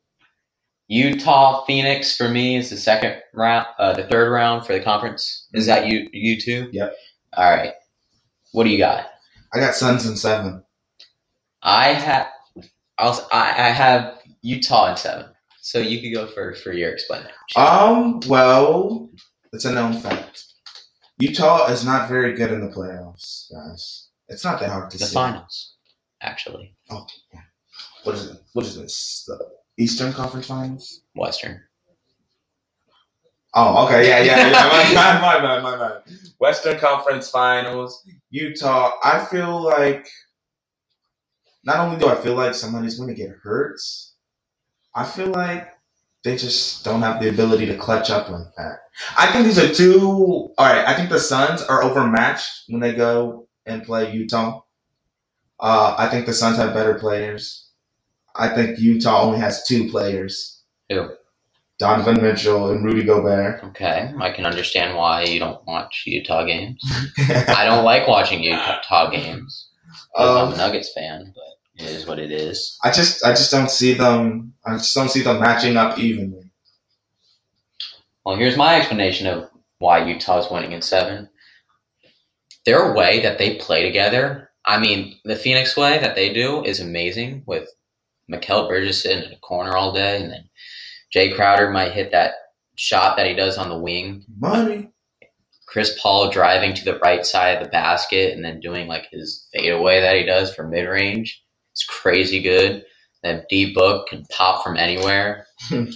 A: Utah, Phoenix for me is the second round, uh, the third round for the conference. Is that you? You two?
B: Yep.
A: All right. What do you got?
B: I got Suns in seven.
A: I have, I'll, I I have Utah at seven. So you could go first for your explanation.
B: Um, well, it's a known fact. Utah is not very good in the playoffs, guys. It's not that hard to
A: the
B: see.
A: finals, actually,
B: What is it? What is this? The Eastern Conference Finals?
A: Western.
B: Oh, okay, yeah, yeah, yeah. my, bad, my, bad, my, bad. Western Conference Finals, Utah. I feel like not only do I feel like somebody's going to get hurt, I feel like they just don't have the ability to clutch up like that. I think these are two. All right, I think the Suns are overmatched when they go and play Utah. Uh, I think the Suns have better players. I think Utah only has two players.
A: Who?
B: Donovan Mitchell and Rudy Gobert.
A: Okay, I can understand why you don't watch Utah [laughs] games. I don't like watching Utah games. 'cause I'm a
B: Um,
A: Nuggets fan, but it is what it is.
B: I just I just don't see them I just don't see them matching up evenly.
A: Well, here's my explanation of why Utah's winning in seven. Their way that they play together, I mean, the Phoenix way that they do is amazing with Mikel Bridges sitting in the corner all day, and then Jay Crowder might hit that shot that he does on the wing.
B: Money.
A: Chris Paul driving to the right side of the basket and then doing like his fadeaway that he does for mid range. It's crazy good. Then D Book can pop from anywhere and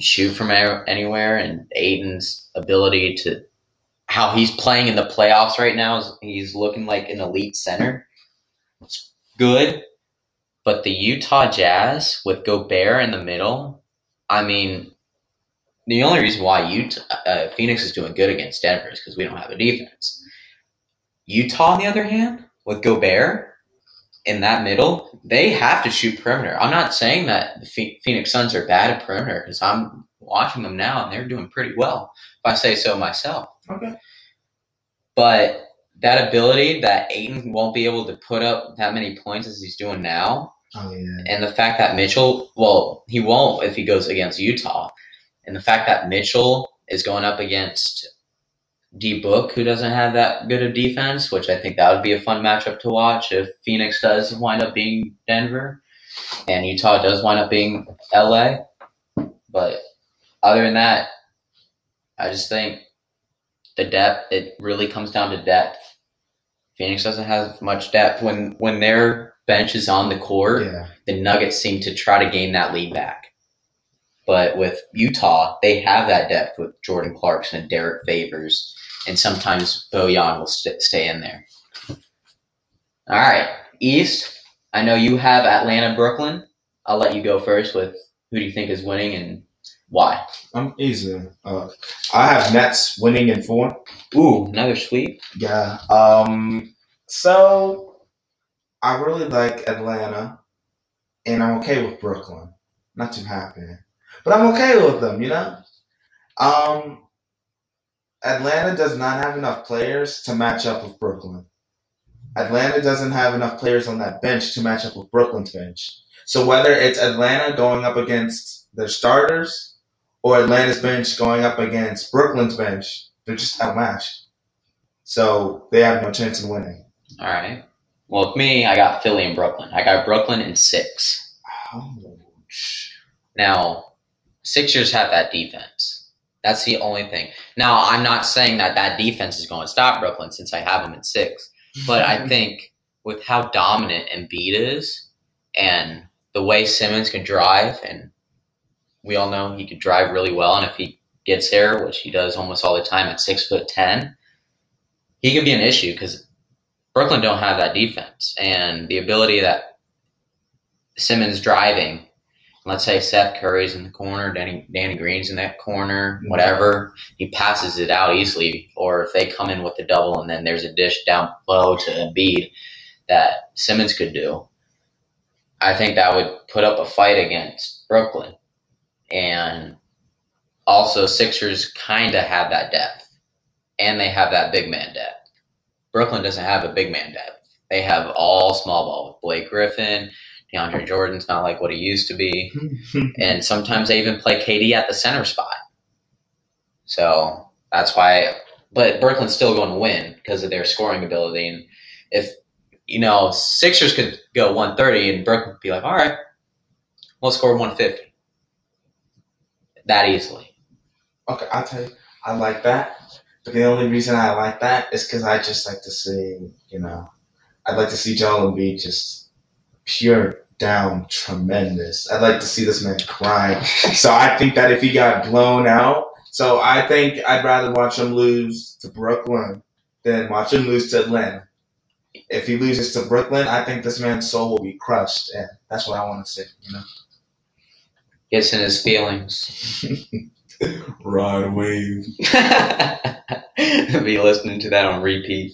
A: shoot from a- anywhere. And Aiden's ability to how he's playing in the playoffs right now is he's looking like an elite center. It's good, but the Utah Jazz with Gobert in the middle, I mean, the only reason why Utah uh, Phoenix is doing good against Denver is because we don't have a defense. Utah, on the other hand, with Gobert in that middle, they have to shoot perimeter. I'm not saying that the Phe- Phoenix Suns are bad at perimeter because I'm watching them now and they're doing pretty well, if I say so myself.
B: okay.
A: But that ability that Aiton won't be able to put up that many points as he's doing now,
B: Oh yeah.
A: and the fact that Mitchell, well, he won't if he goes against Utah, and the fact that Mitchell is going up against D Book, who doesn't have that good of defense, which I think that would be a fun matchup to watch if Phoenix does wind up being Denver, and Utah does wind up being LA. But other than that, I just think the depth it really comes down to depth. Phoenix doesn't have much depth when when their bench is on the court
B: Yeah.
A: the Nuggets seem to try to gain that lead back. But with Utah, they have that depth with Jordan Clarkson and Derek Favors, and sometimes Bojan will st- stay in there. All right, East. I know you have Atlanta, Brooklyn. I'll let you go first with who do you think is winning and why.
B: I'm easy. Uh, I have Nets winning in four.
A: Ooh, another sweep.
B: Yeah. Um. So I really like Atlanta, and I'm okay with Brooklyn. Not too happy, but I'm okay with them. You know. Um. Atlanta does not have enough players to match up with Brooklyn. Atlanta doesn't have enough players on that bench to match up with Brooklyn's bench. So whether it's Atlanta going up against their starters or Atlanta's bench going up against Brooklyn's bench, they're just outmatched. So they have no chance in winning.
A: All right. Well, with me, I got Philly and Brooklyn. I got Brooklyn in six.
B: Oh, Ouch.
A: Now, Sixers have that defense. That's the only thing. Now, I'm not saying that that defense is going to stop Brooklyn since I have them at six, but
B: [laughs]
A: I think with how dominant Embiid is and the way Simmons can drive, and we all know he could drive really well, and if he gets there, which he does almost all the time at six foot ten, he could be an issue because Brooklyn don't have that defense and the ability that Simmons driving let's say Seth Curry's in the corner, Danny Danny Green's in that corner,
B: Mhm.
A: whatever. He passes it out easily, or if they come in with the double and then there's a dish down low to Embiid that Simmons could do. I think that would put up a fight against Brooklyn, and also Sixers kind of have that depth, and they have that big man depth. Brooklyn doesn't have a big man depth. They have all small ball with Blake Griffin. DeAndre Jordan's not like what he used to be and sometimes they even play KD at the center spot. So that's why. But Brooklyn's still going to win because of their scoring ability, and if you know, Sixers could go 130 and Brooklyn could be like, all right, we'll score 150. That easily.
B: Okay, I'll tell you, I like that. But the only reason I like that is because I just like to see, you know, I'd like to see Joel Embiid just pure down tremendous. I'd like to see this man [laughs] cry. so I think that if he got blown out, so I think I'd rather watch him lose to Brooklyn than watch him lose to Atlanta. If he loses to Brooklyn, I think this man's soul will be crushed, and that's what I want to see. You know,
A: Gets in his feelings. [laughs]
B: [laughs] ride wave.
A: be listening to that on repeat.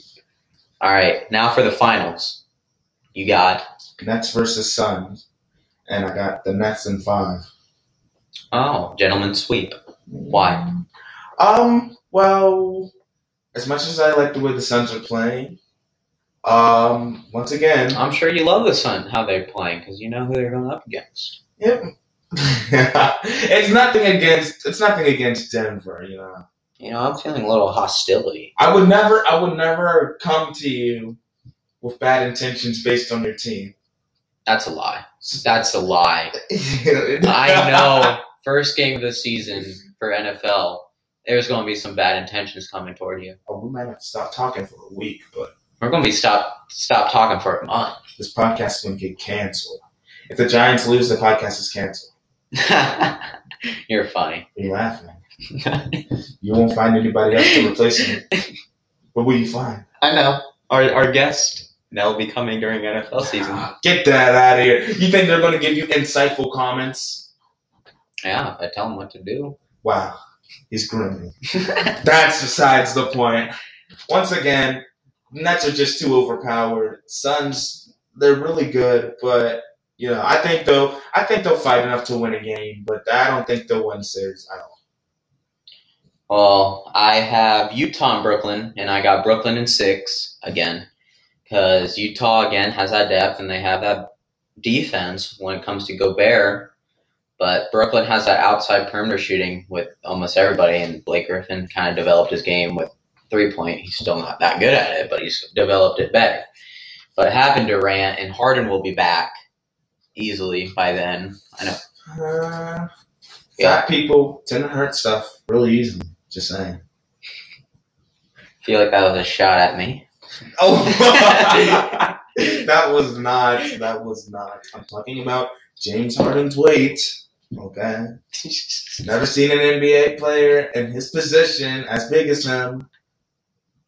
A: All right, now for the finals. You got
B: Nets versus Suns, and I got the Nets in five.
A: Oh, gentlemen sweep. Why?
B: Um, well, as much as I like the way the Suns are playing, um, once again, [laughs]
A: I'm sure you love the Sun, how they're playing, because you know who they're going up against.
B: yep. it's nothing against it's nothing against Denver, you know.
A: You know, I'm feeling a little hostility.
B: I would never I would never come to you with bad intentions based on your team.
A: That's a lie. That's a lie. I [laughs]
B: I
A: know. First game of the season for NFL, there's going to be some bad intentions coming toward you.
B: [laughs] Oh, we might have to stop talking for a week, but
A: We're going to be stopped stop talking for a month. [laughs]
B: this podcast is gonna get canceled. If the Giants lose, the podcast is canceled.
A: You're funny.
B: You're laughing.
A: [laughs]
B: You won't find anybody else to replace me. What will you find?
A: I know. Our our guest, they'll be coming during NFL season.
B: Get that out of here. You think they're going to give you insightful comments?
A: Yeah, if I tell them what to do.
B: Wow. He's grooming.
A: [laughs]
B: That's besides the point. Once again, Nets are just too overpowered. Suns, they're really good, but you know, I think they'll I think they'll fight enough to win a game, but I don't think they'll win a series at all.
A: Well, I have Utah and Brooklyn, and I got Brooklyn in six again, because Utah again has that depth and they have that defense when it comes to Gobert. But Brooklyn has that outside perimeter shooting with almost everybody, and Blake Griffin kind of developed his game with three point. He's still not that good at it, but he's developed it better. But it happened to Durant, and Harden will be back easily by then.
B: Uh,
A: Yeah.
B: Fat people tend to hurt stuff really easily. Just saying.
A: I feel like that was a shot at me.
B: Oh, that was not. That was not. I'm talking about James Harden's weight. Okay, never seen an NBA player in his position as big as him.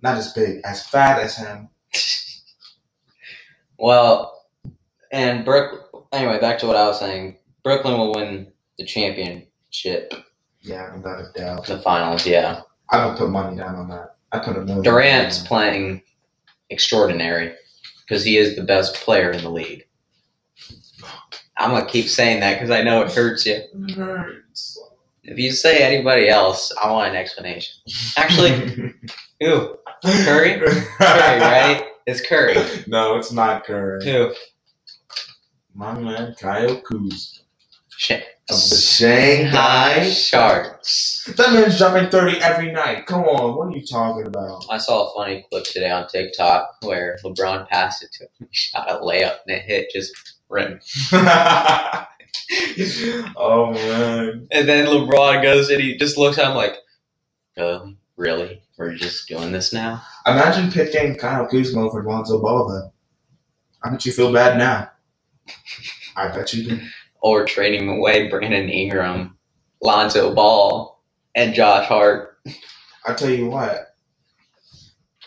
B: Not as big, as fat as him.
A: Well, and Brook. Anyway, back to what I was saying. Brooklyn will win the championship,
B: Yeah, without a doubt.
A: the finals. Yeah,
B: I would put money down on that. I put a million.
A: Durant's
B: Mm-hmm.
A: playing extraordinary because he is the best player in the league. I'm gonna keep saying that because I know it hurts you.
B: It hurts.
A: If you say anybody else, I want an explanation. Actually,
B: [laughs]
A: who? Curry? Curry, right? It's Curry.
B: [laughs] No, it's not Curry.
A: Who?
B: My man, Kyle Kuz
A: Shit.
B: of the Shanghai
A: Sharks.
B: That man's dropping 30 every night. Come on, what are you talking about? [laughs]
A: I saw a funny clip today on TikTok where LeBron passed it to him. [laughs] He shot a layup and it hit just rim.
B: oh man.
A: And then LeBron goes and he just looks at him like, really? Really? We're just doing this now?
B: Imagine picking Kyle Kuzma over Lonzo Ball though. I bet you feel bad now. I bet you do.
A: Or trading away Brandon Ingram, Lonzo Ball, and Josh Hart.
B: I tell you what.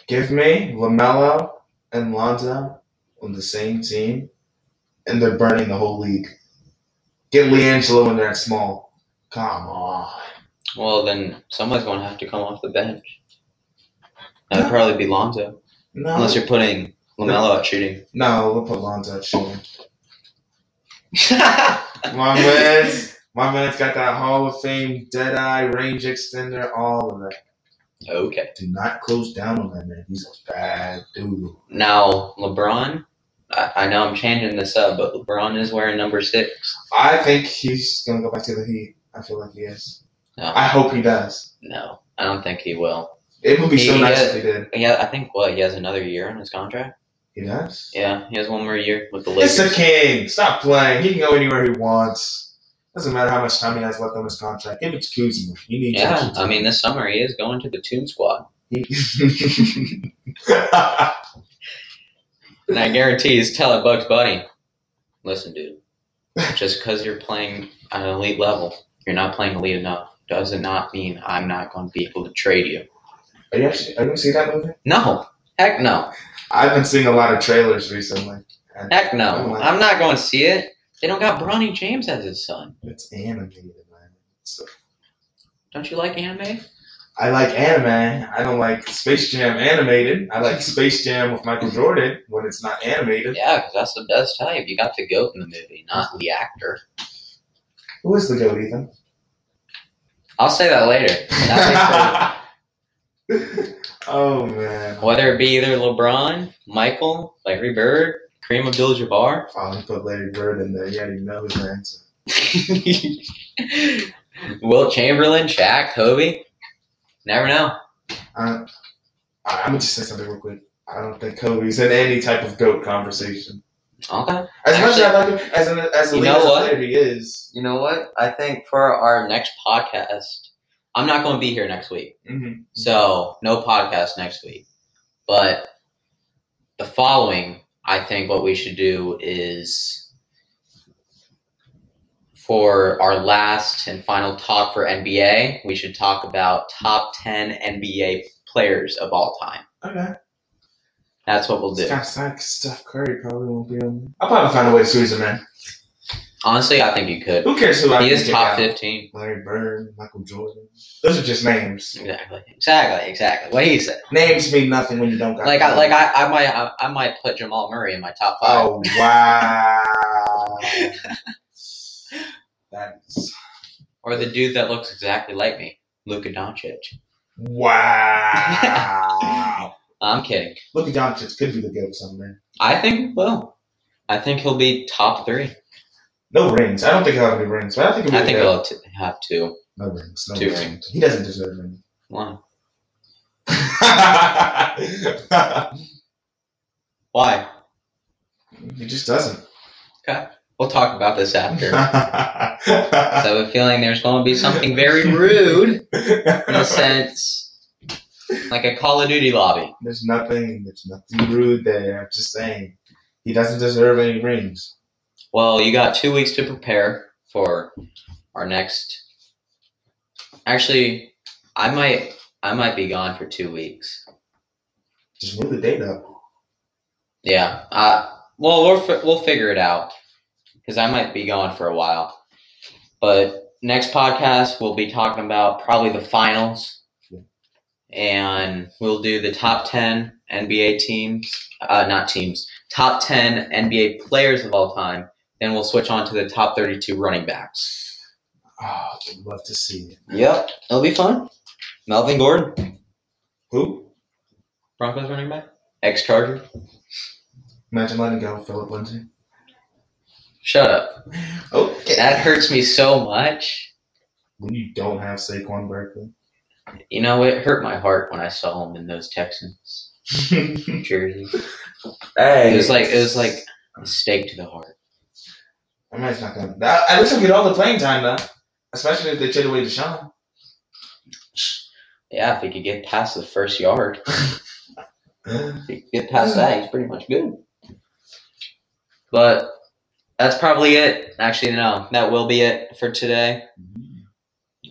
B: Give me LaMelo and Lonzo on the same team and they're burning the whole league. Get LiAngelo in there at small. Come on.
A: Well, then someone's going to have to come off the bench. That would probably be Lonzo.
B: No.
A: Unless you're putting LaMelo out shooting. [laughs]
B: no, we'll put Lonzo at shooting. My man's my man's got that Hall of Fame dead eye range extender, all of that.
A: okay.
B: Do not close down on that man. He's a bad dude.
A: Now, LeBron, I, I know I'm changing this up, but LeBron is wearing number six.
B: I think he's gonna go back to the Heat. I feel like he is.
A: No,
B: I hope he does.
A: no, I don't think he will.
B: It would be so
A: He-
B: nice if he did.
A: Yeah, I think what he has another year on his contract.
B: He He does.
A: Yeah, he has one more year with the
B: It's
A: Lakers.
B: a king. Stop playing. He can go anywhere he wants. Doesn't matter how much time he has left on his contract. Give it to Kuzma. He needs
A: yeah,
B: action.
A: I mean this summer he is going to the Tune Squad,
B: [laughs] He-
A: and I guarantee he's telling Bugs Bunny, "Listen, dude, just because you're playing at an elite level, you're not playing elite enough. Does it not mean I'm not going to be able to trade you?
B: Are you actually? Are you see that movie?
A: No, heck no,
B: I've been seeing a lot of trailers recently. And
A: heck no. I'm not going to see it. They don't got Bronny James as his son.
B: It's animated, man. So,
A: Don't you like anime?
B: I like anime. I don't like Space Jam animated. I like Space Jam with Michael Jordan when it's not animated.
A: Yeah, because that's the best type. You got the goat in the movie, not the actor.
B: Who is the
A: [laughs]
B: goat, Ethan?
A: I'll say that later. That
B: [laughs] oh
A: makes- [laughs]
B: man!
A: Whether it be either LeBron, Michael, Larry Bird, Kareem Abdul-Jabbar. [laughs]
B: Oh, he put Larry Bird in there. You already know his answer.
A: Wilt Chamberlain, Shaq, Kobe. Never know.
B: I, I, I'm gonna just say something real quick. I don't think Kobe's in any type of goat conversation.
A: Okay.
B: As much as I like him, as an, as a
A: You
B: leader,
A: know
B: as a
A: what?
B: player he is.
A: You know what? I think for our next podcast, I'm not going to be here next week.
B: Mm-hmm.
A: So, no podcast next week. But the following, I think what we should do is for our last and final talk for NBA, we should talk about top 10 NBA players of all time.
B: Okay.
A: That's what we'll do.
B: It's kind of sad 'cause Steph Curry probably won't be on. I'll probably find a way to squeeze him in.
A: Honestly, I think you could.
B: Who cares who I
A: He
B: can
A: is
B: pick
A: top
B: out?
A: 15.
B: Larry Bird, Michael Jordan. Those are just names.
A: Exactly. Exactly. Exactly. What he said.
B: Names mean nothing when you don't got.
A: Like I
B: them.
A: like I, I might I, I might put Jamal Murray in my top five.
B: Oh wow. that is
A: Or the dude that looks exactly like me, Luka Doncic. [laughs]
B: wow.
A: I'm kidding.
B: Look at Doncic could be the goat someday.
A: I think he will. I think he'll be top three.
B: No rings. I don't think he'll have any rings, but I think he'll be
A: I think
B: the goat.
A: he'll t- have two.
B: no rings. No
A: Two
B: rings.
A: rings.
B: He doesn't deserve a ring.
A: One. Why?
B: [laughs] he just doesn't.
A: We'll talk about this after.
B: [laughs]
A: 'Cause I
B: in
A: have a feeling there's going to be something very rude
B: [laughs]
A: in the sense, like a Call of Duty lobby.
B: There's nothing. There's nothing rude there. I'm just saying, he doesn't deserve any rings.
A: Well, you got two weeks to prepare for our next. Actually, I might I might be gone for two weeks.
B: Just move the date up.
A: Yeah. Uh, well, we'll fi- we'll figure it out because I might be gone for a while. But next podcast we'll be talking about probably the finals,
B: Yeah.
A: and we'll do the top ten NBA teams, uh, not teams, top ten NBA players of all time. Then we'll switch on to the top thirty-two running backs.
B: Oh, would love to see it.
A: Yep, it'll be fun. Melvin Gordon,
B: Who?
A: Broncos running back, ex Charger.
B: Imagine letting go, Philip Lindsay.
A: Shut up.
B: Okay.
A: That hurts me so much.
B: when you don't have Saquon Barkley. [laughs]
A: You know, it hurt my heart when I saw him in those Texans jerseys.
B: hey,
A: It was like it was like a stake to the heart.
B: I mean, it's not gonna. That, at least I'll get all the playing time though. Especially if they trade away Deshaun. [gasps]
A: Yeah, if he could get past the first yard, [laughs] if he could get past that, he's pretty much good. But that's probably it. Actually, no, that will be it for today.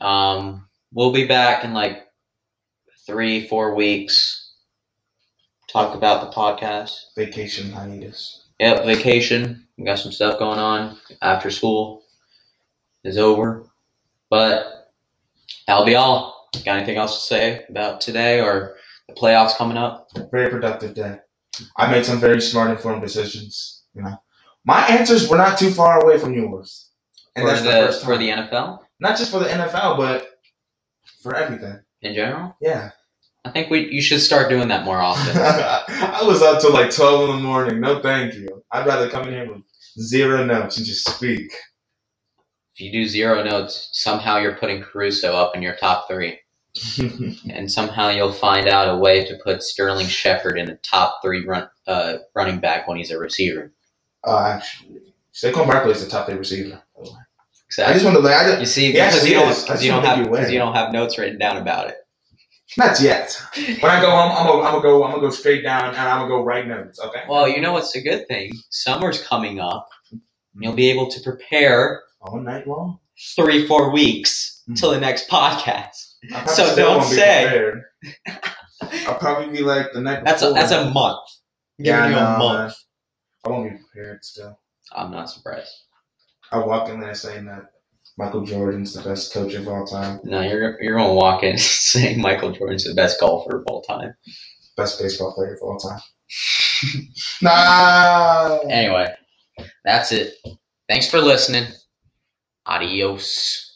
A: Um, we'll be back in like three, four weeks. Talk about the podcast.
B: Vacation hiatus.
A: Yep, vacation. We got some stuff going on after school is over. But that'll be all. Got anything else to say about today or the playoffs coming up?
B: Very productive day. I made some very smart, informed decisions. You know, my answers were not too far away from yours, and
A: for
B: that's
A: the,
B: the, first time.
A: for the NFL
B: not just for the NFL, but for everything.
A: in general?
B: [laughs] Yeah,
A: I think we you should start doing that more
B: [laughs]
A: often.
B: I was up till like twelve in the morning. No, thank you. I'd rather come in here with zero notes and just [laughs] speak.
A: if you do zero notes, somehow you're putting Caruso up in your top three. and somehow you'll find out a way to put Sterling Shepard in a top three run, uh, running back when he's a receiver.
B: uh, actually, Saquon Barkley is the top eight receiver. I
A: Exactly.
B: just want to like, I just,
A: You see,
B: Yes,
A: because
B: he
A: you don't,
B: is. I
A: because
B: just
A: you don't
B: don't think
A: have
B: he wins.
A: because you don't have notes written down about it.
B: not yet. When I go home, I'm gonna, I'm gonna go. I'm gonna go straight down, and I'm gonna go write notes. Okay.
A: Well, you know what's a good thing? Summer's coming up. And you'll be able to prepare
B: All night long.
A: three, four weeks till the next podcast.
B: I probably
A: So
B: still
A: don't
B: won't be
A: say.
B: prepared. [laughs] I'll probably be like the night.
A: That's a
B: before.
A: that's a month. I'm Giving
B: I
A: you
B: know,
A: a month.
B: man. I won't be prepared still.
A: I'm not surprised.
B: I walk in there saying that Michael Jordan's the best coach of all time,
A: No, you're you're gonna walk in [laughs] saying Michael Jordan's the best golfer of all time.
B: best baseball player of all time. [laughs] nah.
A: Anyway, that's it. Thanks for listening. Adios.